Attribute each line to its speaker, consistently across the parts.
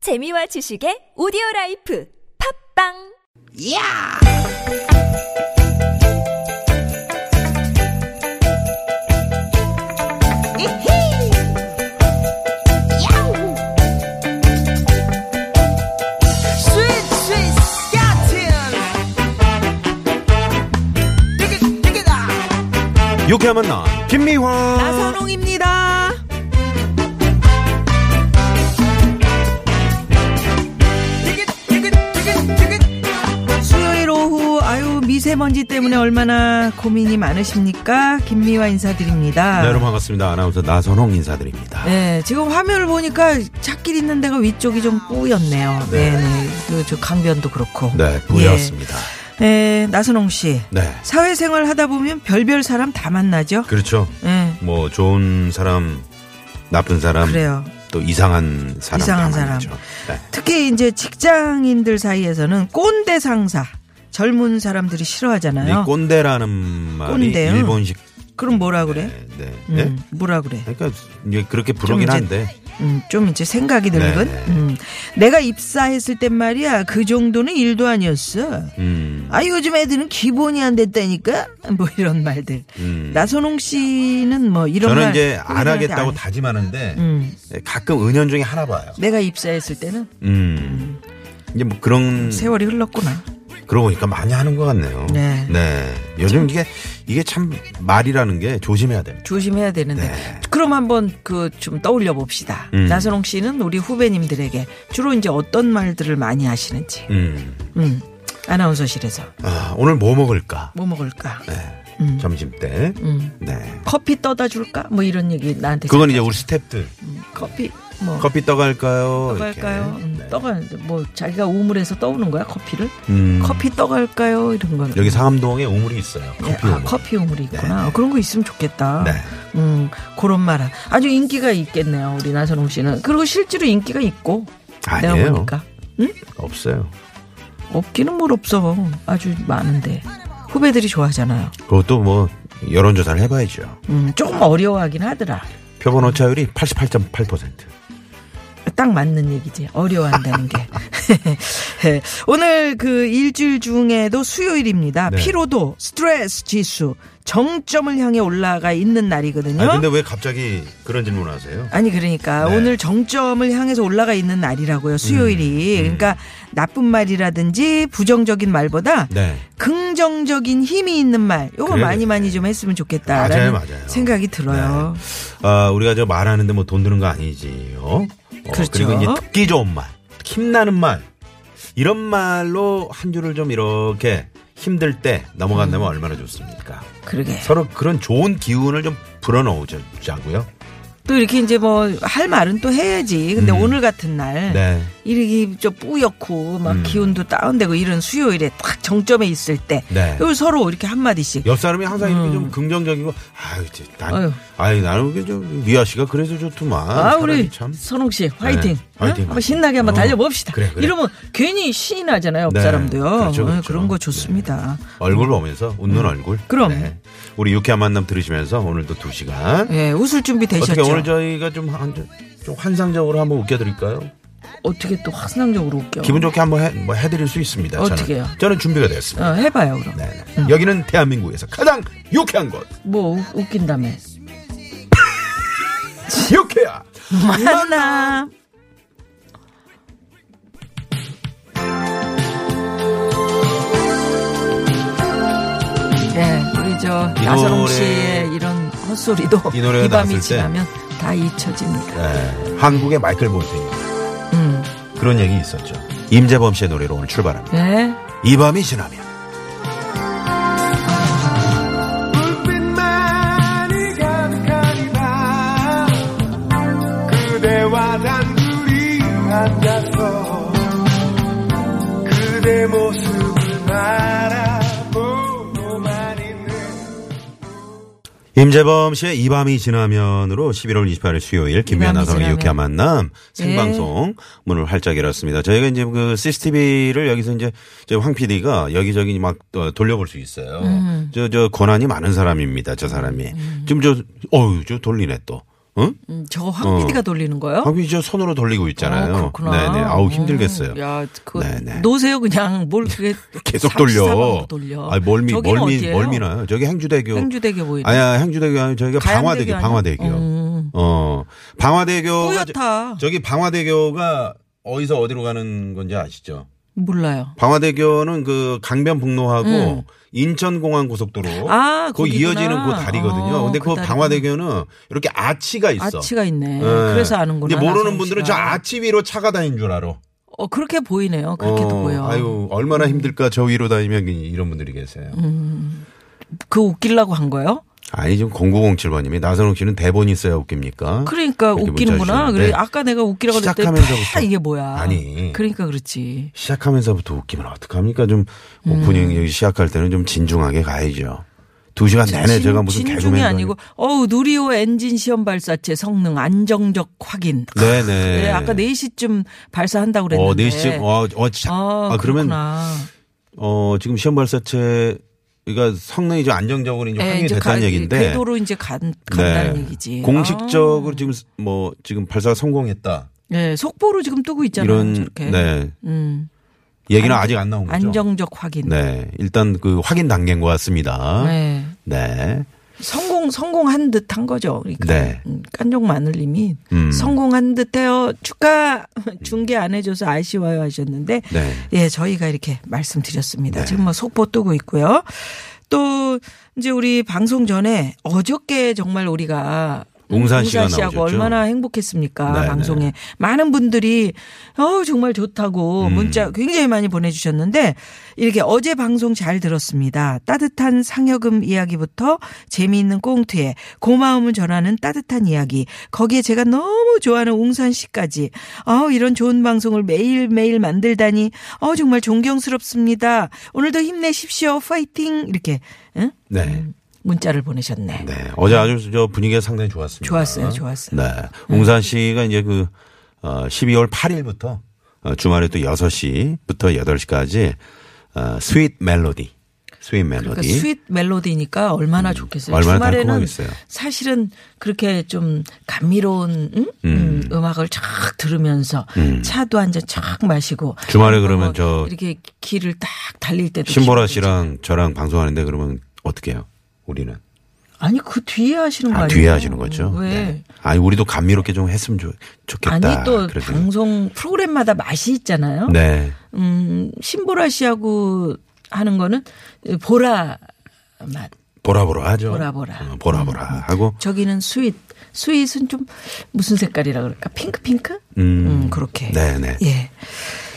Speaker 1: 재미와 지식의 오디오 라이프 팝빵
Speaker 2: 야! 이히! 야우! 스윗, 스윗, 스캇틴! 디귿, 디귿아!
Speaker 3: 유쾌한 만남 김미화
Speaker 2: 나선홍입니다. 디귿, 디귿, 디귿, 디귿!
Speaker 4: 수요일 오후 아유 미세먼지 때문에 얼마나 고민이 많으십니까? 김미화 인사드립니다.
Speaker 3: 네, 여러분 반갑습니다 아나운서 나선홍 인사드립니다
Speaker 4: 네, 지금 화면을 보니까 찻길 있는 데가 위쪽이 좀 뿌였네요.
Speaker 3: 네.
Speaker 4: 네, 네. 그, 저 강변도 그렇고.
Speaker 3: 네 부였습니다
Speaker 4: 예. 네, 나선홍 씨.
Speaker 3: 네
Speaker 4: 사회생활 하다 보면 별별 사람 다 만나죠.
Speaker 3: 그렇죠
Speaker 4: 네,
Speaker 3: 뭐 좋은 사람 나쁜 사람
Speaker 4: 그래요.
Speaker 3: 또 이상한 사람
Speaker 4: 이상한
Speaker 3: 다
Speaker 4: 사람.
Speaker 3: 만나죠. 네.
Speaker 4: 특히 이제 직장인들 사이에서는 꼰대 상사. 젊은 사람들이 싫어하잖아요.
Speaker 3: 이 꼰대라는 말이
Speaker 4: 네. 꼰대요?
Speaker 3: 일본식
Speaker 4: 그럼 뭐라 그래?
Speaker 3: 네, 네.
Speaker 4: 음,
Speaker 3: 네?
Speaker 4: 뭐라 그래?
Speaker 3: 그러니까 이제 그렇게 부르긴
Speaker 4: 좀 이제-
Speaker 3: 한데
Speaker 4: 음, 좀 이제 생각이 늙은?
Speaker 3: 네.
Speaker 4: 음, 내가 입사했을 땐 말이야, 그 정도는 일도 아니었어.
Speaker 3: 음,
Speaker 4: 아, 요즘 애들은 기본이 안 됐다니까? 뭐 이런 말들.
Speaker 3: 음.
Speaker 4: 나선홍 씨는 뭐 이런
Speaker 3: 저는
Speaker 4: 말
Speaker 3: 이제 안
Speaker 4: 후배들한테
Speaker 3: 하겠다고
Speaker 4: 안 해.
Speaker 3: 다짐하는데
Speaker 4: 음.
Speaker 3: 네, 가끔 은연 중에 하나 봐요.
Speaker 4: 내가 입사했을 때는
Speaker 3: 음. 이제 뭐 그런
Speaker 4: 세월이 흘렀구나.
Speaker 3: 그러고 보니까 많이 하는 것 같네요.
Speaker 4: 네.
Speaker 3: 요즘 이게 이게 참 말이라는 게 조심해야 됩니다.
Speaker 4: 조심해야 되는데.
Speaker 3: 네.
Speaker 4: 그럼 한번 그 좀 떠올려 봅시다.
Speaker 3: 음.
Speaker 4: 나선홍 씨는 우리 후배님들에게 주로 이제 어떤 말들을 많이 하시는지.
Speaker 3: 음.
Speaker 4: 음. 아나운서실에서
Speaker 3: 아, 오늘 뭐 먹을까?
Speaker 4: 뭐 먹을까?
Speaker 3: 네.
Speaker 4: 음.
Speaker 3: 점심 때.
Speaker 4: 음.
Speaker 3: 네.
Speaker 4: 커피 떠다 줄까? 뭐 이런 얘기 나한테.
Speaker 3: 그건 이제 우리 스탭들
Speaker 4: 음, 커피 뭐
Speaker 3: 커피 떠갈까요?
Speaker 4: 떠갈까요?
Speaker 3: 이렇게.
Speaker 4: 음,
Speaker 3: 네.
Speaker 4: 떠가는데 뭐 자기가 우물에서 떠오는 거야 커피를?
Speaker 3: 음.
Speaker 4: 커피 떠갈까요? 이런 거
Speaker 3: 여기 상암동에 우물이 있어요.
Speaker 4: 네,
Speaker 3: 커피
Speaker 4: 아,
Speaker 3: 우물.
Speaker 4: 커피 우물이 있구나.
Speaker 3: 네, 네.
Speaker 4: 그런 거 있으면 좋겠다.
Speaker 3: 네.
Speaker 4: 음, 그런 말 한- 아주 인기가 있겠네요. 우리 나선홍 씨는 그리고 실제로 인기가 있고 내가
Speaker 3: 아니에요.
Speaker 4: 보니까
Speaker 3: 없어요.
Speaker 4: 없기는 뭘 없어. 아주 많은데 후배들이 좋아하잖아요.
Speaker 3: 그것도 뭐 여론 조사를 해 봐야죠.
Speaker 4: 음, 조금 어려워하긴 하더라.
Speaker 3: 표본 오차율이 88.8%.
Speaker 4: 딱 맞는 얘기지. 어려워한다는 게. 예. 오늘 그 일주일 중에도 수요일입니다.
Speaker 3: 네.
Speaker 4: 피로도, 스트레스 지수, 정점을 향해 올라가 있는 날이거든요.
Speaker 3: 아니 근데 왜 갑자기 그런 질문을 하세요?
Speaker 4: 어? 아니, 그러니까
Speaker 3: 네.
Speaker 4: 오늘 정점을 향해서 올라가 있는 날이라고요.
Speaker 3: 음,
Speaker 4: 수요일이. 그러니까 나쁜 말이라든지 부정적인 말보다
Speaker 3: 네.
Speaker 4: 긍정적인 힘이 있는 말. 요거
Speaker 3: 그래요.
Speaker 4: 많이 많이 좀 했으면
Speaker 3: 맞아요,
Speaker 4: 좋겠다라는
Speaker 3: 맞아요.
Speaker 4: 생각이 들어요.
Speaker 3: 아, 우리가 저 말하는데 뭐 돈 드는 거 아니지요. 어,
Speaker 4: 그렇죠.
Speaker 3: 리고 이제 듣기 좋은 말, 힘나는 말, 이런 말로 한 줄을 좀 이렇게 힘들 때
Speaker 4: 음.
Speaker 3: 넘어간다면 얼마나 좋습니까?
Speaker 4: 그러게.
Speaker 3: 서로 그런 좋은 기운을 좀 불어넣으자고요.
Speaker 4: 또 이렇게 이제 뭐 할 말은 또 해야지. 근데
Speaker 3: 음.
Speaker 4: 오늘 같은 날
Speaker 3: 네.
Speaker 4: 이렇게 좀 뿌옇고 막
Speaker 3: 음.
Speaker 4: 기온도 다운되고 이런 수요일에 딱 정점에 있을 때
Speaker 3: 네.
Speaker 4: 요 서로 이렇게 한 마디씩
Speaker 3: 옆 사람이 항상 이렇게 좀 긍정적이고, 아유, 이제 난,
Speaker 4: 음. 아유.
Speaker 3: 아유, 나는 그게 좀, 미아 씨가 그래서 좋더만.
Speaker 4: 아
Speaker 3: 사람이
Speaker 4: 우리
Speaker 3: 참.
Speaker 4: 선홍 씨 화이팅.
Speaker 3: 네, 화이팅,
Speaker 4: 응? 한번
Speaker 3: 화이팅.
Speaker 4: 신나게 한번
Speaker 3: 어,
Speaker 4: 달려봅시다.
Speaker 3: 그래, 그래.
Speaker 4: 이러면 괜히 신이 나잖아요. 옆
Speaker 3: 네,
Speaker 4: 사람도요.
Speaker 3: 그렇죠,
Speaker 4: 어,
Speaker 3: 그렇죠.
Speaker 4: 그런 거 좋습니다.
Speaker 3: 얼굴 보면서 웃는 얼굴.
Speaker 4: 음.
Speaker 3: 네.
Speaker 4: 그럼.
Speaker 3: 우리 유쾌한 만남 들으시면서 오늘도 두 시간.
Speaker 4: 예, 웃을 준비 되셨죠?
Speaker 3: 어떻게 오늘 저희가 좀, 한, 좀 환상적으로 한번 웃겨드릴까요?
Speaker 4: 어떻게 또 확상적으로 웃겨?
Speaker 3: 기분 좋게 한번 해, 뭐 해드릴 수 있습니다.
Speaker 4: 어떻게요?
Speaker 3: 저는, 저는 준비가 됐습니다.
Speaker 4: 어, 해봐요 그럼.
Speaker 3: 네, 네. 여기는 대한민국에서 가장 유쾌한 곳.
Speaker 4: 뭐 우- 웃긴다며?
Speaker 3: 유쾌야.
Speaker 4: 만남. 네, 우리 저
Speaker 3: 이
Speaker 4: 나선홍
Speaker 3: 노래-
Speaker 4: 씨의 이런 헛소리도
Speaker 3: 이 노래가
Speaker 4: 이 밤이
Speaker 3: 나왔을 때-
Speaker 4: 지나면 다 잊혀집니다.
Speaker 3: 네, 한국의 마이클 볼튼입니다.
Speaker 4: 음,
Speaker 3: 그런 얘기 있었죠. 임재범 씨의 노래로 오늘 출발합니다.
Speaker 4: 네,
Speaker 3: 이 밤이 지나면.
Speaker 5: 불빛만이 가득한 이밤 그대와 단둘이 앉아서 그대 모습을 바라보고만 있는
Speaker 3: 임재범 씨의 이 밤이 지나면으로 11월 28일 수요일 김미아
Speaker 4: 밤이
Speaker 3: 나선의
Speaker 4: 지나면. 예.
Speaker 3: 유쾌한 만남 생방송 문을 활짝 열었습니다. 저희가 이제 그 CCTV를 여기서 이제 저희 황 PD가 여기저기 막 어, 돌려볼 수 있어요.
Speaker 4: 음.
Speaker 3: 저, 저 권한이 많은 사람입니다. 저 사람이. 지금 저, 어유 저 돌리네 또. 어?
Speaker 4: 음, 저거 황 PD가
Speaker 3: 어.
Speaker 4: 돌리는 거예요?
Speaker 3: 아, 이제 손으로 돌리고 있잖아요.
Speaker 4: 아, 그렇구나.
Speaker 3: 네네. 아우
Speaker 4: 음,
Speaker 3: 힘들겠어요.
Speaker 4: 야, 그거
Speaker 3: 네네. 네.
Speaker 4: 놓으세요 그냥 뭘 그게
Speaker 3: 계속
Speaker 4: 사-
Speaker 3: 돌려.
Speaker 4: 사방으로 돌려.
Speaker 3: 아, 멀미
Speaker 4: 저긴
Speaker 3: 멀미
Speaker 4: 어디예요?
Speaker 3: 멀미나요. 저기 행주대교.
Speaker 4: 행주대교 보이네.
Speaker 3: 아야 행주대교 아니 저기가
Speaker 4: 가양대교
Speaker 3: 방화대교
Speaker 4: 아니야?
Speaker 3: 방화대교.
Speaker 4: 음.
Speaker 3: 어 방화대교가
Speaker 4: 뿌옇다.
Speaker 3: 저, 저기 방화대교가 어디서 어디로 가는 건지 아시죠?
Speaker 4: 몰라요.
Speaker 3: 방화대교는 그 강변북로하고 인천공항 고속도로
Speaker 4: 음. 아,
Speaker 3: 그
Speaker 4: 거기구나.
Speaker 3: 이어지는 그 다리거든요.
Speaker 4: 어,
Speaker 3: 근데
Speaker 4: 그
Speaker 3: 그
Speaker 4: 다리구나.
Speaker 3: 방화대교는 이렇게 아치가 있어.
Speaker 4: 아치가 있네.
Speaker 3: 예.
Speaker 4: 그래서 아는구나.
Speaker 3: 근데 모르는
Speaker 4: 나선홍
Speaker 3: 분들은 저
Speaker 4: 씨가.
Speaker 3: 아치 위로 차가 다닌 줄 알아.
Speaker 4: 어 그렇게 보이네요. 그렇게도
Speaker 3: 어,
Speaker 4: 보여. 음.
Speaker 3: 아유 얼마나 힘들까 저 위로 다니면 이런 분들이 계세요.
Speaker 4: 그 웃기려고 한 거예요?
Speaker 3: 아니 지금 0907번님이 나선홍 씨는 대본이 있어야 웃깁니까?
Speaker 4: 그러니까
Speaker 3: 이렇게 문자
Speaker 4: 웃기는구나.
Speaker 3: 주시는데
Speaker 4: 그래 아까 내가 웃기려고 그랬더니
Speaker 3: 시작하면서부터.
Speaker 4: 다 이게 뭐야?
Speaker 3: 아니.
Speaker 4: 그러니까 그렇지.
Speaker 3: 시작하면서부터 웃기면 어떡합니까? 좀 오프닝 여기 시작할 때는 좀 진중하게 가야죠. 두 시간 내내
Speaker 4: 음. 진-
Speaker 3: 제가 무슨
Speaker 4: 진중이
Speaker 3: 개그맨
Speaker 4: 아니고 어우 누리호 엔진 시험 발사체 성능 안정적 확인.
Speaker 3: 네네.
Speaker 4: 네, 아까 4시쯤 발사한다고 그랬는데.
Speaker 3: 어, 4시쯤, 어, 어, 자,
Speaker 4: 아,
Speaker 3: 아, 그러면,
Speaker 4: 그렇구나.
Speaker 3: 어, 지금 시험 발사체, 그러니까 성능이 좀 안정적으로 이제
Speaker 4: 예,
Speaker 3: 확인이
Speaker 4: 이제
Speaker 3: 됐다는
Speaker 4: 가-
Speaker 3: 얘기인데. 네.
Speaker 4: 궤도로 이제 간, 간다는 얘기지.
Speaker 3: 공식적으로 지금 뭐, 지금 발사 성공했다.
Speaker 4: 아, 예, 속보로 지금 뜨고 있잖아요.
Speaker 3: 이런,
Speaker 4: 저렇게.
Speaker 3: 네.
Speaker 4: 음,
Speaker 3: 얘기는 아직 안 나온 거죠.
Speaker 4: 안정적 확인.
Speaker 3: 네. 일단 그 확인 단계인 것 같습니다. 네.
Speaker 4: 네. 성공 성공한 듯한 거죠. 그러니까
Speaker 3: 네.
Speaker 4: 음, 깐종 마늘님이
Speaker 3: 음.
Speaker 4: 성공한 듯해요. 축하 중계 안 해줘서 아쉬워요 하셨는데
Speaker 3: 네.
Speaker 4: 예 저희가 이렇게 말씀드렸습니다.
Speaker 3: 네.
Speaker 4: 지금 뭐 속보 뜨고 있고요. 또 이제 우리 방송 전에 어저께 정말 우리가
Speaker 3: 웅산 씨가
Speaker 4: 하고
Speaker 3: 나오셨죠?
Speaker 4: 얼마나 행복했습니까
Speaker 3: 네,
Speaker 4: 방송에 많은 분들이 어 정말 좋다고
Speaker 3: 음.
Speaker 4: 문자 굉장히 많이 보내주셨는데 이렇게 어제 방송 잘 들었습니다 따뜻한 상여금 이야기부터 재미있는 꽁트에 고마움을 전하는 따뜻한 이야기 거기에 제가 너무 좋아하는 웅산 씨까지 아 이런 좋은 방송을 매일 매일 만들다니 어 정말 존경스럽습니다 오늘도 힘내십시오 파이팅 이렇게 응?
Speaker 3: 네.
Speaker 4: 음. 문자를 보내셨네
Speaker 3: 네. 어제 아주 저 분위기가 상당히 좋았습니다.
Speaker 4: 좋았어요, 좋았어요.
Speaker 3: 네. 웅산 씨가 이제 그, 어, 12월 8일부터 어, 주말에 또 6시부터 8시까지, 어, 스윗 멜로디. 스윗 멜로디.
Speaker 4: 그러니까 스윗 멜로디니까 얼마나
Speaker 3: 예. 음.
Speaker 4: 좋겠어요.
Speaker 3: 얼마나
Speaker 4: 주말에는
Speaker 3: 달콤하겠어요.
Speaker 4: 사실은 그렇게 좀 감미로운 음? 음, 음악을 쫙 들으면서 차도 한 잔 쫙 마시고
Speaker 3: 음. 주말에
Speaker 4: 아니면
Speaker 3: 그러면 저-
Speaker 4: 이렇게 길을 딱 달릴 때도
Speaker 3: 신보라
Speaker 4: 기분이
Speaker 3: 씨랑 저랑 방송하는데 그러면 어떻게 해요? 우리는.
Speaker 4: 좋- 아니 그 뒤에 하시는 거
Speaker 3: 아,
Speaker 4: 아니에요?
Speaker 3: 뒤에 하시는 거죠? 네.
Speaker 4: 왜?
Speaker 3: 아니, 우리도 감미롭게 좀 했으면 좋, 좋겠다.
Speaker 4: 아니 또
Speaker 3: 그래서.
Speaker 4: 방송 프로그램마다 맛이 있잖아요.
Speaker 3: 네.
Speaker 4: 음, 신보라 씨하고 하는 거는 보라 맛.
Speaker 3: 보라보라 하죠.
Speaker 4: 보라보라. 음.
Speaker 3: 어, 보라보라 하고.
Speaker 4: 저기는 스윗. 스윗은 좀 무슨 색깔이라 그럴까? 핑크 핑크? 음, 그렇게.
Speaker 3: 네네.
Speaker 4: 예.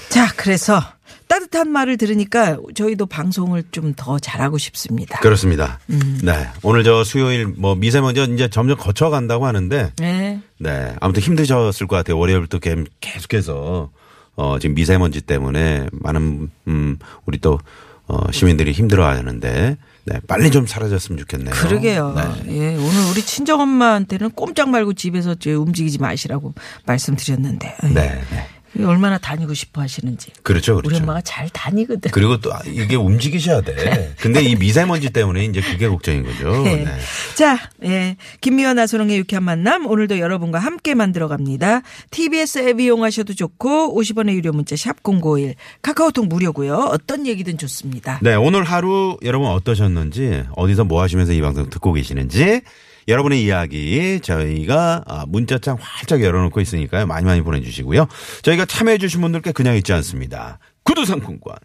Speaker 4: 자, 그래서 따뜻한 말을 들으니까 저희도 방송을 좀 더 잘하고 싶습니다.
Speaker 3: 그렇습니다.
Speaker 4: 음.
Speaker 3: 네. 오늘 저 수요일 뭐 미세먼지 이제 점점 거쳐간다고 하는데
Speaker 4: 예.
Speaker 3: 네. 아무튼 힘드셨을 것 같아요. 월요일부터 계- 계속해서 어, 지금 미세먼지 때문에 많은 음, 우리 또 어, 시민들이 힘들어 하는데 네. 빨리 좀 사라졌으면 좋겠네요.
Speaker 4: 그러게요.
Speaker 3: 네.
Speaker 4: 예, 오늘 우리 친정 엄마한테는 꼼짝 말고 집에서 제 움직이지 마시라고 말씀드렸는데. 예.
Speaker 3: 네. 네.
Speaker 4: 얼마나 다니고 싶어 하시는지.
Speaker 3: 그렇죠. 그렇죠.
Speaker 4: 우리 엄마가 잘 다니거든.
Speaker 3: 그리고 또 아, 이게 움직이셔야 돼. 근데 이 미세먼지 때문에 이제 그게 걱정인 거죠.
Speaker 4: 네.
Speaker 3: 네.
Speaker 4: 자, 예. 김미연 나선홍의 유쾌한 만남 오늘도 여러분과 함께 만들어 갑니다. TBS 앱 이용하셔도 좋고 50원의 유료 문자 샵 #051 카카오톡 무료고요. 어떤 얘기든 좋습니다.
Speaker 3: 네, 오늘 하루 여러분 어떠셨는지, 어디서 뭐 하시면서 이 방송 듣고 계시는지, 여러분의 이야기 저희가 아, 문자창 활짝 열어놓고 있으니까요. 많이 많이 보내주시고요. 저희가 참여해주신 분들께 그냥 있지 않습니다. 구두상품권,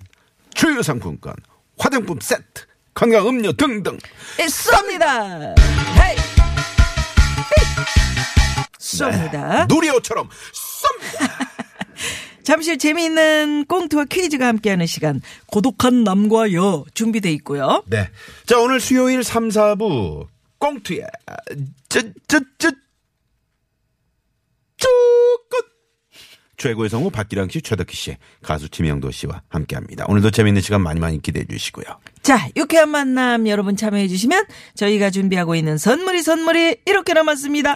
Speaker 3: 주유상품권, 화장품 세트, 건강음료 등등.
Speaker 4: 예, 쏩니다. 헤이.
Speaker 3: 네.
Speaker 4: 쏩니다.
Speaker 3: 누리호처럼
Speaker 4: 잠시 재미있는 꽁트와 퀴즈가 함께하는 시간 고독한 남과 여 준비돼 있고요.
Speaker 3: 네. 자, 오늘 수요일 3, 4부 꽁트에 쯔쯔쯔 쭈끝 최고의 성우 박기량 씨, 최덕희 씨, 가수 지명도 씨와 함께합니다. 오늘도 재밌는 시간 많이 많이 기대해 주시고요.
Speaker 4: 자, 유쾌한 만남 여러분 참여해 주시면 저희가 준비하고 있는 선물이 선물이 이렇게 남았습니다.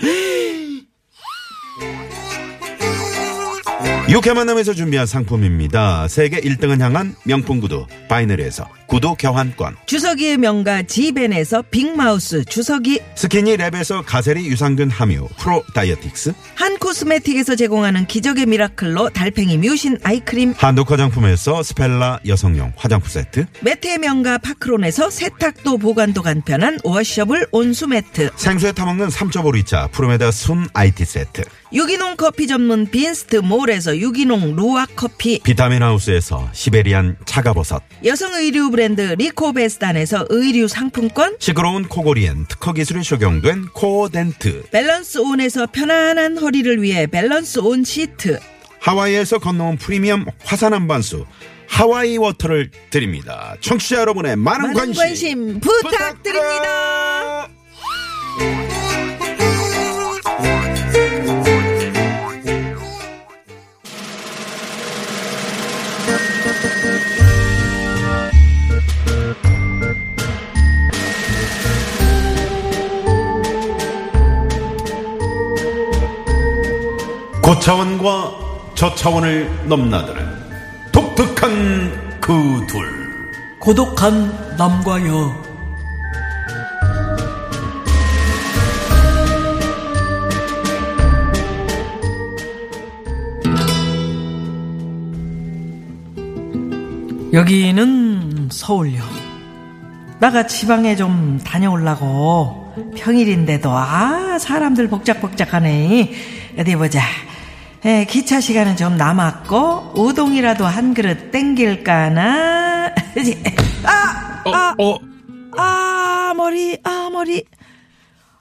Speaker 3: 육회 만남에서 준비한 상품입니다. 세계 1등을 향한 명품 구두 바이너리에서 구두 교환권.
Speaker 4: 주석이의 명가 지벤에서 빅마우스 주석이
Speaker 3: 스키니 랩에서 가세리 유산균 함유. 프로 다이어틱스.
Speaker 4: 한 코스메틱에서 제공하는 기적의 미라클로 달팽이 뮤신 아이크림
Speaker 3: 한독 화장품에서 스펠라 여성용 화장품 세트.
Speaker 4: 매트의 명가 파크론에서 세탁도 보관도 간편한 워셔블 온수 매트
Speaker 3: 생수에 타먹는 3.5리차 프로메다 순 IT 세트.
Speaker 4: 유기농 커피 전문 빈스트 몰에서 유기농 루아 커피
Speaker 3: 비타민 하우스에서 시베리안 차가버섯.
Speaker 4: 여성 의류 브랜드 리코베스단에서 의류 상품권
Speaker 3: 시끄러운 코골이엔 특허 기술이 적용된 코어덴트.
Speaker 4: 밸런스 온에서 편안한 허리를 위해 밸런스 온 시트
Speaker 3: 하와이에서 건너온 프리미엄 화산 한반수 하와이 워터를 드립니다. 청취자 여러분의 많은,
Speaker 4: 많은 관심 부탁드립니다.
Speaker 3: 부탁드립니다. 고차원과 저차원을 넘나드는 독특한 그 둘.
Speaker 6: 고독한 남과 여 여기는 서울역
Speaker 4: 나가 지방에 좀 다녀오려고 평일인데도 아 사람들 복작복작하네 어디 보자 에, 기차 시간은 좀 남았고 우동이라도 한 그릇 땡길까나 아! 아! 아 머리 아 머리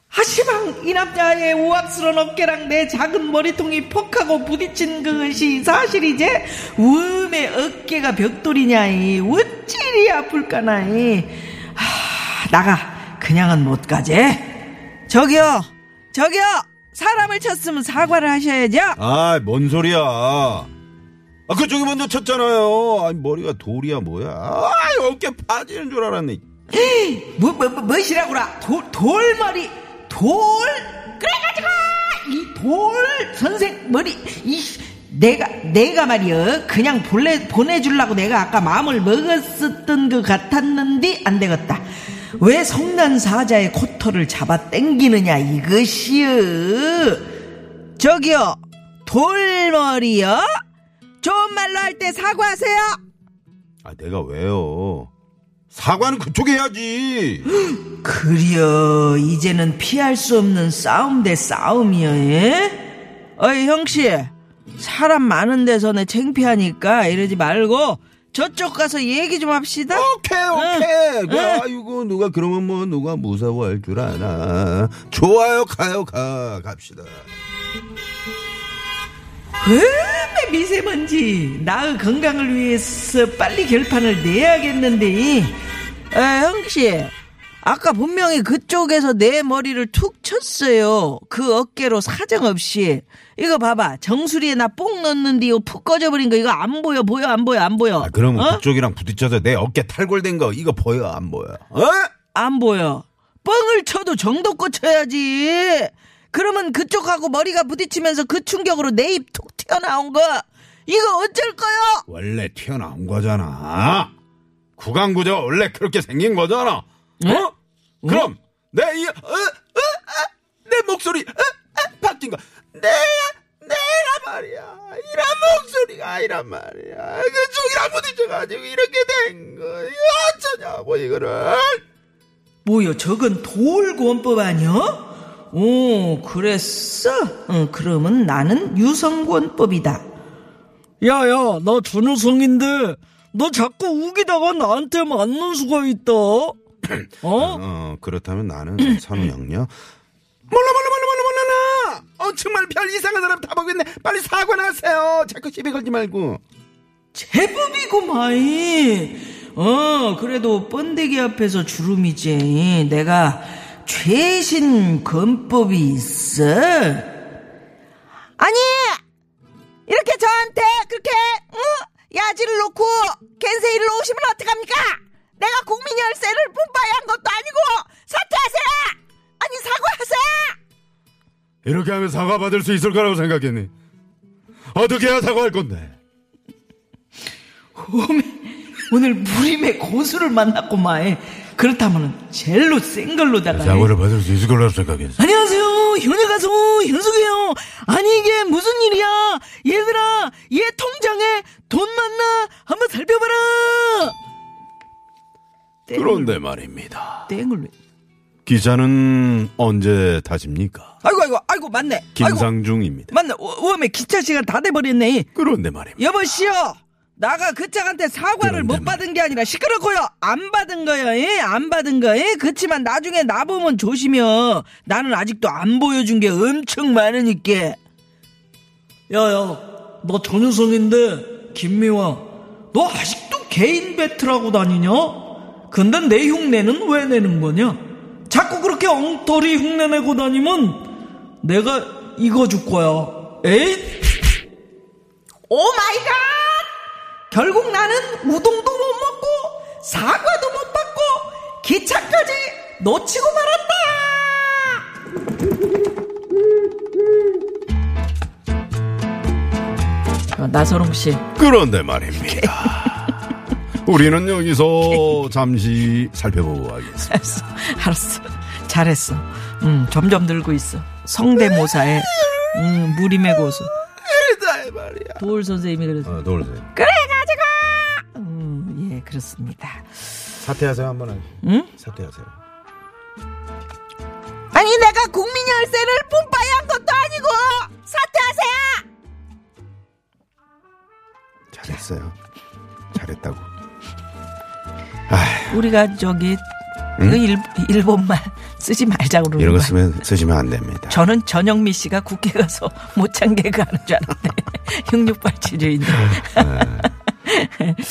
Speaker 4: 하시방 이 남자의 우악스러운 어깨랑 내 작은 머리통이 폭하고 부딪힌 그것이 사실이제 우음의 어깨가 벽돌이냐이 어찌리 아플까나이 하, 나가 그냥은 못 가지 저기요 저기요 사람을 쳤으면 사과를 하셔야죠
Speaker 3: 아, 뭔 소리야? 아, 그쪽이 먼저 쳤잖아요. 아니, 머리가 돌이야, 뭐야? 아, 어깨 빠지는 줄 알았네.
Speaker 4: 뭐, 뭐, 뭐, 뭐시라구라 돌, 돌머리 돌 그래가지고 이 돌 선생 머리 이 씨, 내가 내가 말이여 그냥 본래 보내주려고 내가 아까 마음을 먹었었던 것 같았는데 안 되겠다 왜 성난사자의 코털을 잡아 땡기느냐 이것이여 저기요 돌머리요 좋은 말로 할 때 사과하세요
Speaker 3: 아, 내가 왜요? 사과는 그쪽에 해야지.
Speaker 4: 그려 이제는 피할 수 없는 싸움 대 싸움이여 예? 어이 형씨 사람 많은 데서 내 창피하니까 이러지 말고 저쪽 가서 얘기 좀 합시다
Speaker 3: 오케이, 오케이. 그, 아이고, 누가 그러면 뭐, 누가 무서워할 줄 아나. 좋아요, 가요, 가. 갑시다.
Speaker 4: 음에 미세먼지 나의 건강을 위해서 빨리 결판을 내야겠는데 이. 에, 형씨 아까 분명히 그쪽에서 내 머리를 툭 쳤어요 그 어깨로 사정없이 이거 봐봐 정수리에 나 뽕 넣는데 이거 푹 꺼져버린 거 이거 안 보여 보여 안 보여 안 보여
Speaker 3: 아, 그러면
Speaker 4: 어?
Speaker 3: 그쪽이랑 부딪혀서 내 어깨 탈골된 거, 이거 보여, 안 보여? 어?
Speaker 4: 안 보여 뻥을 쳐도 정도껏 쳐야지 그러면 그쪽하고 머리가 부딪히면서 그 충격으로 내 입 툭 튀어나온 거 이거 어쩔 거요
Speaker 3: 원래 튀어나온 거잖아. 구강구조가 원래 그렇게 생긴 거잖아. 어? 그럼 내 이, 어, 어, 어, 내 목소리 어, 어, 바뀐 거. 내가 내가 말이야. 이런 목소리가 아니란 말이야. 그쪽이랑 부딪혀가지고 이렇게 된 거야. 어쩌냐고 이거를.
Speaker 4: 뭐요 저건 돌권법 아니요? 오 그랬어? 응, 그러면 나는 유성권법이다
Speaker 6: 야야 나 전우성인데 너 자꾸 우기다가 나한테 맞는 수가 있다 어?
Speaker 3: 어 그렇다면 나는 선우형요. 몰라 몰라 몰라 몰라 몰라 나. 어 정말 별 이상한 사람 다 보겠네. 빨리 사과하세요. 자꾸 시비 걸지 말고.
Speaker 4: 제법이고마이 어 그래도 번데기 앞에서 주름이지 내가 최신 권법이 있어 아니 이렇게 저한테 그렇게 응? 야지를 놓고 겐세이를 놓으시면 어떡합니까 내가 국민 열쇠를 분파해 한 것도 아니고 사퇴하세요 아니 사과하세요
Speaker 3: 이렇게 하면 사과받을 수 있을 거라고 생각했니? 어떻게 해야 사과할 건데?
Speaker 4: 오늘 무림의 고수를 만났고 마에 그렇다면 젤로 센 걸로다가
Speaker 3: 장고를 받을 수 있을 거라고 생각했어.
Speaker 4: 안녕하세요 현역 가수 현숙이에요 아니 이게 무슨 일이야 얘들아 얘 통장에 돈 맞나 한번 살펴봐라
Speaker 3: 그런데 말입니다.
Speaker 4: 땡을 왜
Speaker 3: 기차는 언제 타십니까?
Speaker 4: 아이고 아이고 아이고 맞네 아이고
Speaker 3: 김상중입니다.
Speaker 4: 맞네 오- 오메 기차 시간 다 돼버렸네
Speaker 3: 그런데 말입니다.
Speaker 4: 여보시오 나가 그 짝한테 사과를
Speaker 3: 그런데
Speaker 4: 못 받은 게 아니라 시끄럽고요 안 받은 거요 예? 안 받은 거요 예? 그치만 나중에 나 보면 조심이요 나는 아직도 안 보여준 게 엄청 많으니까
Speaker 6: 야야 너 전효성인데 김미화 너 아직도 개인 배틀하고 다니냐? 근데 내 흉내는 왜 내는 거냐? 자꾸 그렇게 엉터리 흉내 내고 다니면 내가 이거 줄 거야 에이
Speaker 4: 오 마이 갓! 결국 나는 우동도 못 먹고 사과도 못 받고 기차까지 놓치고 말았다. 어, 나서롱 씨,
Speaker 3: 그런데 말입니다. 우리는 여기서 잠시 살펴보고 하겠습니다.
Speaker 4: 알았어, 알았어, 잘했어. 음, 점점 늘고 있어. 성대모사에 음, 무림의 고수. 도울 선생님이 그래서
Speaker 3: 어, 노르세요.
Speaker 4: 음, 예 그렇습니다.
Speaker 3: 사퇴하세요 한번 하세요. 응? 사퇴하세요.
Speaker 4: 아니 내가 국민 열쇠를 뿜빠야 한 것도 아니고 사퇴하세요.
Speaker 3: 잘했어요. 잘했다고. 아,
Speaker 4: 우리가 저기 그 일, 일본말 쓰지 말자고 그러는
Speaker 3: 이런 거
Speaker 4: 거야.
Speaker 3: 쓰면 쓰시면 안 됩니다.
Speaker 4: 저는 전영미 씨가 국회 가서 못찬 개그 하는 줄 알았는데 6687인데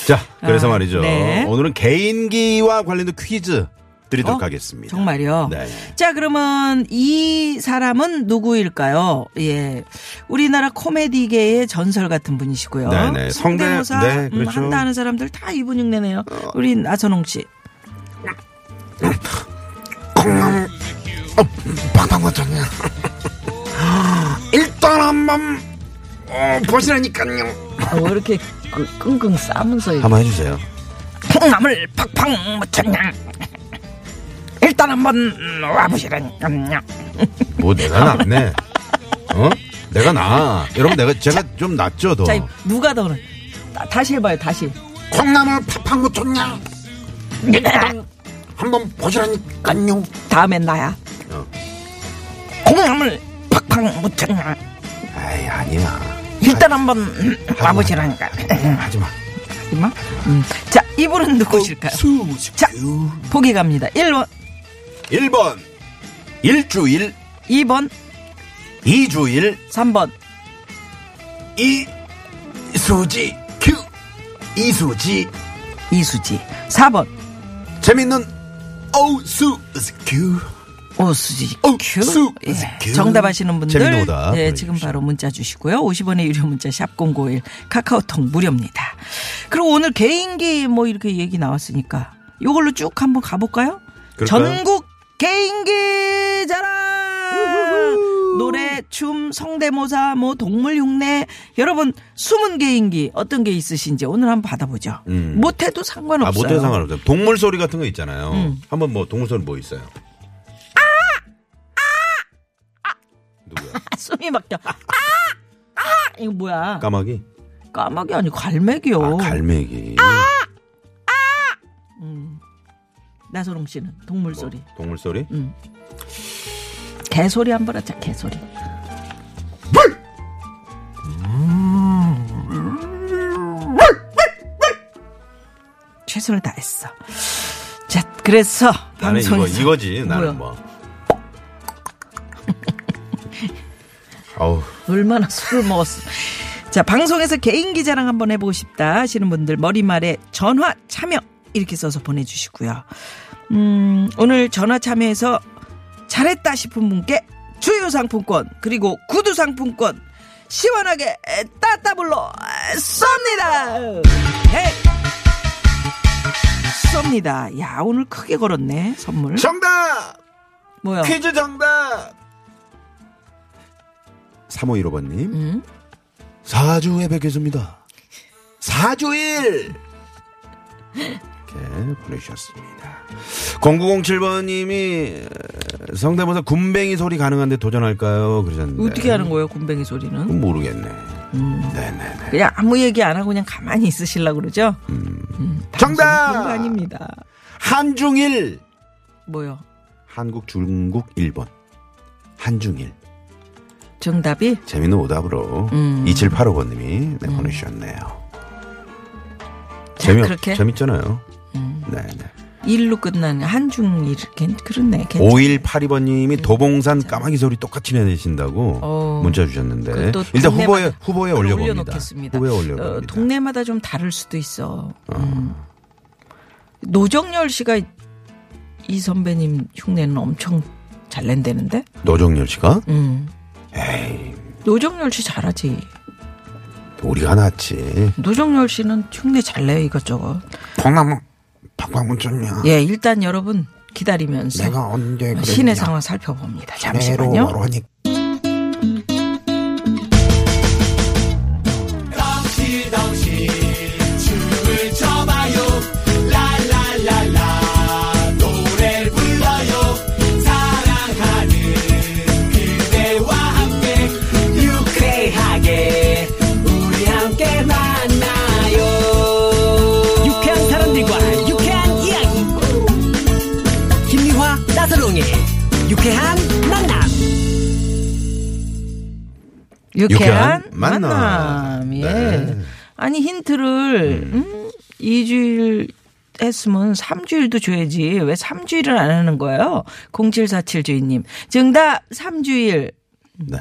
Speaker 3: 자, 그래서
Speaker 4: 아,
Speaker 3: 말이죠.
Speaker 4: 네.
Speaker 3: 오늘은 개인기와 관련된 퀴즈 드리도록
Speaker 4: 어?
Speaker 3: 하겠습니다.
Speaker 4: 정말요.
Speaker 3: 네.
Speaker 4: 자 그러면 이 사람은 누구일까요? 예, 우리나라 코미디계의 전설 같은 분이시고요.
Speaker 3: 네, 네. 성대-
Speaker 4: 성대모사
Speaker 3: 네,
Speaker 4: 음,
Speaker 3: 그렇죠. 어.
Speaker 4: 한다 하는 사람들 다 이분 흉내네요. 우리 나선홍 씨.
Speaker 2: 방탄과장이야. 일단 한번 어, 보시라니까요.
Speaker 4: 아, 왜 이렇게 끙- 끙끙 싸면서
Speaker 3: 한번 해주세요.
Speaker 2: 콩나물 팍팍 묻혔냐. 일단 한번 와보시라니까요.
Speaker 3: 뭐 내가 낫네. 어? 내가 나. 여러분 내가 제가 좀 낫죠 더.
Speaker 4: 자 누가 더는 다- 다시 해봐요 다시.
Speaker 2: 콩나물 팍팍 묻혔냐.
Speaker 4: 네.
Speaker 2: 일단 한번 보시라니까요.
Speaker 4: 다음엔 나야.
Speaker 2: 콩나물 팍팍 묻혔냐.
Speaker 3: 아이 아니야.
Speaker 2: 일단 한번 와보시라니까.
Speaker 3: 하지 마.
Speaker 4: 하지마. 음. 자, 이분은 누구실까요? 자, 보기 갑니다. 1번,
Speaker 3: 1번 일주일,
Speaker 4: 2번,
Speaker 3: 2주일,
Speaker 4: 3번.
Speaker 3: 이 수지 큐 이수지
Speaker 4: 이수지. 4번,
Speaker 3: 재밌는 오수 큐.
Speaker 4: 오수지.
Speaker 3: 어,
Speaker 4: 큐.
Speaker 3: 수-
Speaker 4: 예.
Speaker 3: 큐.
Speaker 4: 정답 아시는 분들.
Speaker 3: 재밌는 오답
Speaker 4: 예, 지금
Speaker 3: 보내주십시오.
Speaker 4: 바로 문자 주시고요. 50원의 유료 문자 샵0951. 카카오톡 무료입니다. 그리고 오늘 개인기 뭐 이렇게 얘기 나왔으니까 이걸로 쭉 한번 가볼까요?
Speaker 3: 그럴까요?
Speaker 4: 전국 개인기 자랑! 노래, 춤, 성대모사, 뭐 동물 흉내. 여러분, 숨은 개인기 어떤 게 있으신지 오늘 한번 받아보죠.
Speaker 3: 음.
Speaker 4: 못해도 상관없어요. 음.
Speaker 3: 아 못해 상관없어요. 동물 소리 같은 거 있잖아요. 한번 뭐 동물 소리 뭐 있어요? 누구야?
Speaker 4: 아, 숨이 막혀. 아! 아! 이거 뭐야?
Speaker 3: 까마귀?
Speaker 4: 까마귀 아니 갈매기요.
Speaker 3: 아 갈매기.
Speaker 4: 나소롱 씨는 동물
Speaker 3: 뭐,
Speaker 4: 소리.
Speaker 3: 동물 소리?
Speaker 4: 개소리 한번 하자. 개소리. 최선을 다했어. 자, 그래서
Speaker 3: 나는 이거
Speaker 4: 방송에서
Speaker 3: 이거지. 나는
Speaker 4: 뭐야?
Speaker 3: 뭐. 아우
Speaker 4: 얼마나 술을 먹었어. 자, 방송에서 개인기 자랑 한번 해보고 싶다 하시는 분들 머리말에 전화 참여 이렇게 써서 보내주시고요. 음, 오늘 전화 참여해서 잘했다 싶은 분께 주요 상품권 그리고 구두 상품권 시원하게 따따블로 쏩니다. 네. 쏩니다. 야, 오늘 크게 걸었네 선물.
Speaker 3: 정답
Speaker 4: 뭐야?
Speaker 3: 퀴즈 정답. 3515번님.
Speaker 4: 음?
Speaker 3: 사주에 뵙겠습니다. 사주일 이렇게 보내주셨습니다. 0907번님이 성대모사 굼벵이 소리 가능한데 도전할까요? 그러셨는데.
Speaker 4: 어떻게 하는 음. 거예요, 굼벵이 소리는?
Speaker 3: 그건 모르겠네. 네네네.
Speaker 4: 그냥 아무 얘기 안 하고 그냥 가만히 있으시려고 그러죠? 음, 그런 거
Speaker 3: 음. 정답!
Speaker 4: 아닙니다.
Speaker 3: 한중일!
Speaker 4: 뭐요?
Speaker 3: 한국, 중국, 일본. 한중일.
Speaker 4: 정답이
Speaker 3: 재밌는 오답으로
Speaker 4: 음.
Speaker 3: 2785번님이 네, 보내주셨네요. 재미
Speaker 4: 그렇게? 음.
Speaker 3: 재밌잖아요. 네네.
Speaker 4: 일로 끝나는 한중일 괜- 그렇네. 괜찮- 어,
Speaker 3: 5182번님이 도봉산 까마귀 소리 똑같이 내내신다고
Speaker 4: 음. 어.
Speaker 3: 문자 주셨는데
Speaker 4: 그건 또
Speaker 3: 일단
Speaker 4: 동네마다-
Speaker 3: 후보에 후보에
Speaker 4: 그걸
Speaker 3: 올려봅니다.
Speaker 4: 올려놓겠습니다.
Speaker 3: 후보에
Speaker 4: 어,
Speaker 3: 올려봅니다.
Speaker 4: 동네마다 좀 다를 수도 있어. 음. 노정열 씨가 이 선배님 흉내는 엄청 잘 낸다는데?
Speaker 3: 노정열 씨가
Speaker 4: 음. 노정열 씨 잘하지.
Speaker 3: 우리가 낫지.
Speaker 4: 노정열 씨는 흉내 잘 내요 이것저것.
Speaker 2: 콩나물 팍팍 묻혔냐
Speaker 4: 예, 일단 여러분 기다리면서
Speaker 2: 내가 아, 언제
Speaker 3: 네,
Speaker 2: 그랬냐
Speaker 4: 시내 상황 살펴봅니다.
Speaker 2: 내로
Speaker 4: 잠시만요.
Speaker 2: 말하니
Speaker 7: 유쾌한 사람들과 유쾌한 이야기 김미화 나서롱의 유쾌한 만남
Speaker 4: 유쾌한
Speaker 3: 유쾌한 만남.
Speaker 4: 만남. 예.
Speaker 3: 네.
Speaker 4: 아니 힌트를 음. 이 2주일 했으면 3주일도 줘야지. 왜 3주일을 안 하는 거예요? 0747 주인님. 정답 3주일.
Speaker 3: 네.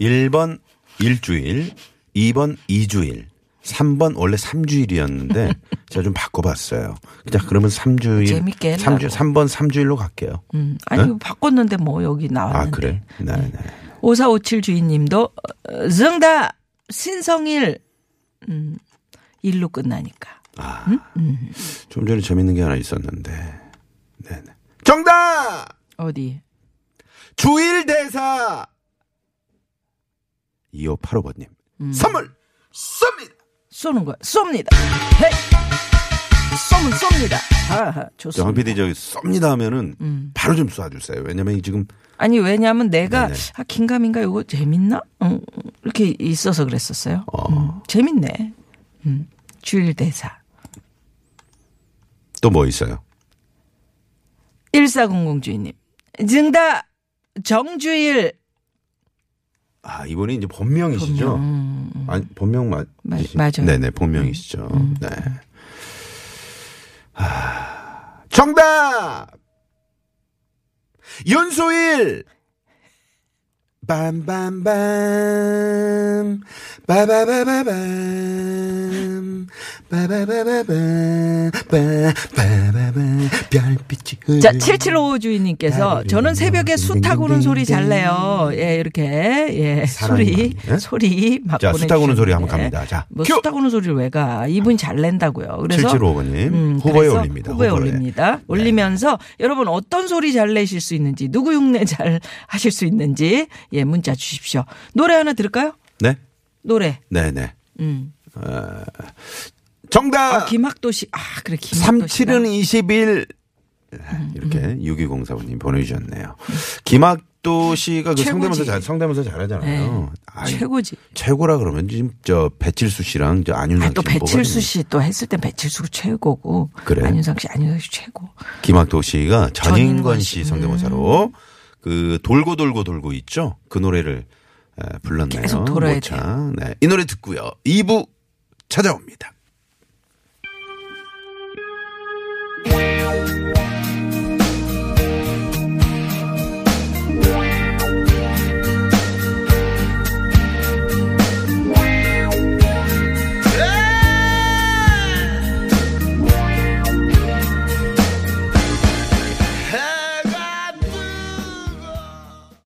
Speaker 3: 1번 일주일, 2번 이주일 3번 원래 삼주일이었는 데 제가 좀 바꿔봤어요. 그냥 그러면 삼주일
Speaker 4: 재밌게
Speaker 3: 삼주
Speaker 4: 해놔고.
Speaker 3: 3번 삼주일로 갈게요.
Speaker 4: 음. 아니 이거 바꿨는데 뭐 여기
Speaker 3: 네? 아,
Speaker 4: 나왔는데.
Speaker 3: 그래? 네, 네.
Speaker 4: 5457 주인님도 어, 정답 신성일. 음. 일로 끝나니까.
Speaker 3: 좀 전에 재밌는 게 하나 있었는데. 네, 네. 정답!
Speaker 4: 어디?
Speaker 3: 주일 대사 2585번님
Speaker 4: 음.
Speaker 3: 선물 쏩니다
Speaker 4: 쏘는 거야. 쏩니다. 헤이. 쏘면 쏩니다. 아, 좋습니다.
Speaker 3: 정
Speaker 4: 음.
Speaker 3: PD 저기 쏩니다 하면은 바로 좀 쏴주세요 왜냐면 이 지금
Speaker 4: 아니 왜냐하면 내가
Speaker 3: 네네.
Speaker 4: 아 긴가민가 이거 재밌나 음, 이렇게 있어서 그랬었어요. 음, 재밌네. 음, 주일 대사
Speaker 3: 또 뭐 있어요
Speaker 4: 1400 주인님 정답 정주일
Speaker 3: 아 이분이 이제 본명이시죠 아니 본명 맞
Speaker 4: 마- 맞아요. 음.
Speaker 3: 네네 본명이시죠 네 아, 정답 윤소일 빰빰빰 빠바바바밤 빠바바바밤 빠바바밤 별빛이 그- 흐르
Speaker 4: 자 7755
Speaker 3: 네,
Speaker 4: 주인님께서 저는 새벽에 수 타고 오는 소리 잘 내요. 예 이렇게 예 소리
Speaker 3: 사랑이 많네.
Speaker 4: 소리 막
Speaker 3: 자, 수 타고 오는
Speaker 4: 보내주셨는데.
Speaker 3: 소리 한번 갑니다. 자,
Speaker 4: 뭐
Speaker 3: 큐!
Speaker 4: 수타 고는 소리를 왜 가? 이분 잘 낸다고요. 그래서 음,
Speaker 3: 7755번님, 후보에
Speaker 4: 그래서
Speaker 3: 올립니다.
Speaker 4: 후보에
Speaker 3: 후보에. 네.
Speaker 4: 올립니다. 올리면서 여러분 어떤 소리 잘 내실 수 있는지, 누구 흉내 잘 하실 수 있는지 예 문자 주십시오. 노래 하나 들을까요?
Speaker 3: 네
Speaker 4: 노래.
Speaker 3: 네네
Speaker 4: 음.
Speaker 3: 어, 정답
Speaker 4: 아, 김학도 씨. 아 그래 김학도 씨.
Speaker 3: 37은 21
Speaker 4: 음,
Speaker 3: 이렇게 6204번님 보내주셨네요. 김학도 씨가 그
Speaker 4: 최고지. 네.
Speaker 3: 성대모사 잘 성대모사 잘하잖아요. 아이,
Speaker 4: 최고지.
Speaker 3: 최고라 그러면 지금 저 배칠수 씨랑 저 안윤상
Speaker 4: 아,
Speaker 3: 씨
Speaker 4: 또
Speaker 3: 뭐가
Speaker 4: 배칠수
Speaker 3: 있나요?
Speaker 4: 씨 또 했을 땐 배칠수 최고고
Speaker 3: 그래요?
Speaker 4: 안윤상 씨 안윤상 씨 최고.
Speaker 3: 김학도 씨가 전인권
Speaker 4: 전인권 음.
Speaker 3: 씨 성대모사로 그 돌고 돌고 돌고 있죠. 그 노래를 에, 불렀네요.
Speaker 4: 계속 돌아야
Speaker 3: 모차. 네. 이 노래 듣고요. 2부 찾아옵니다.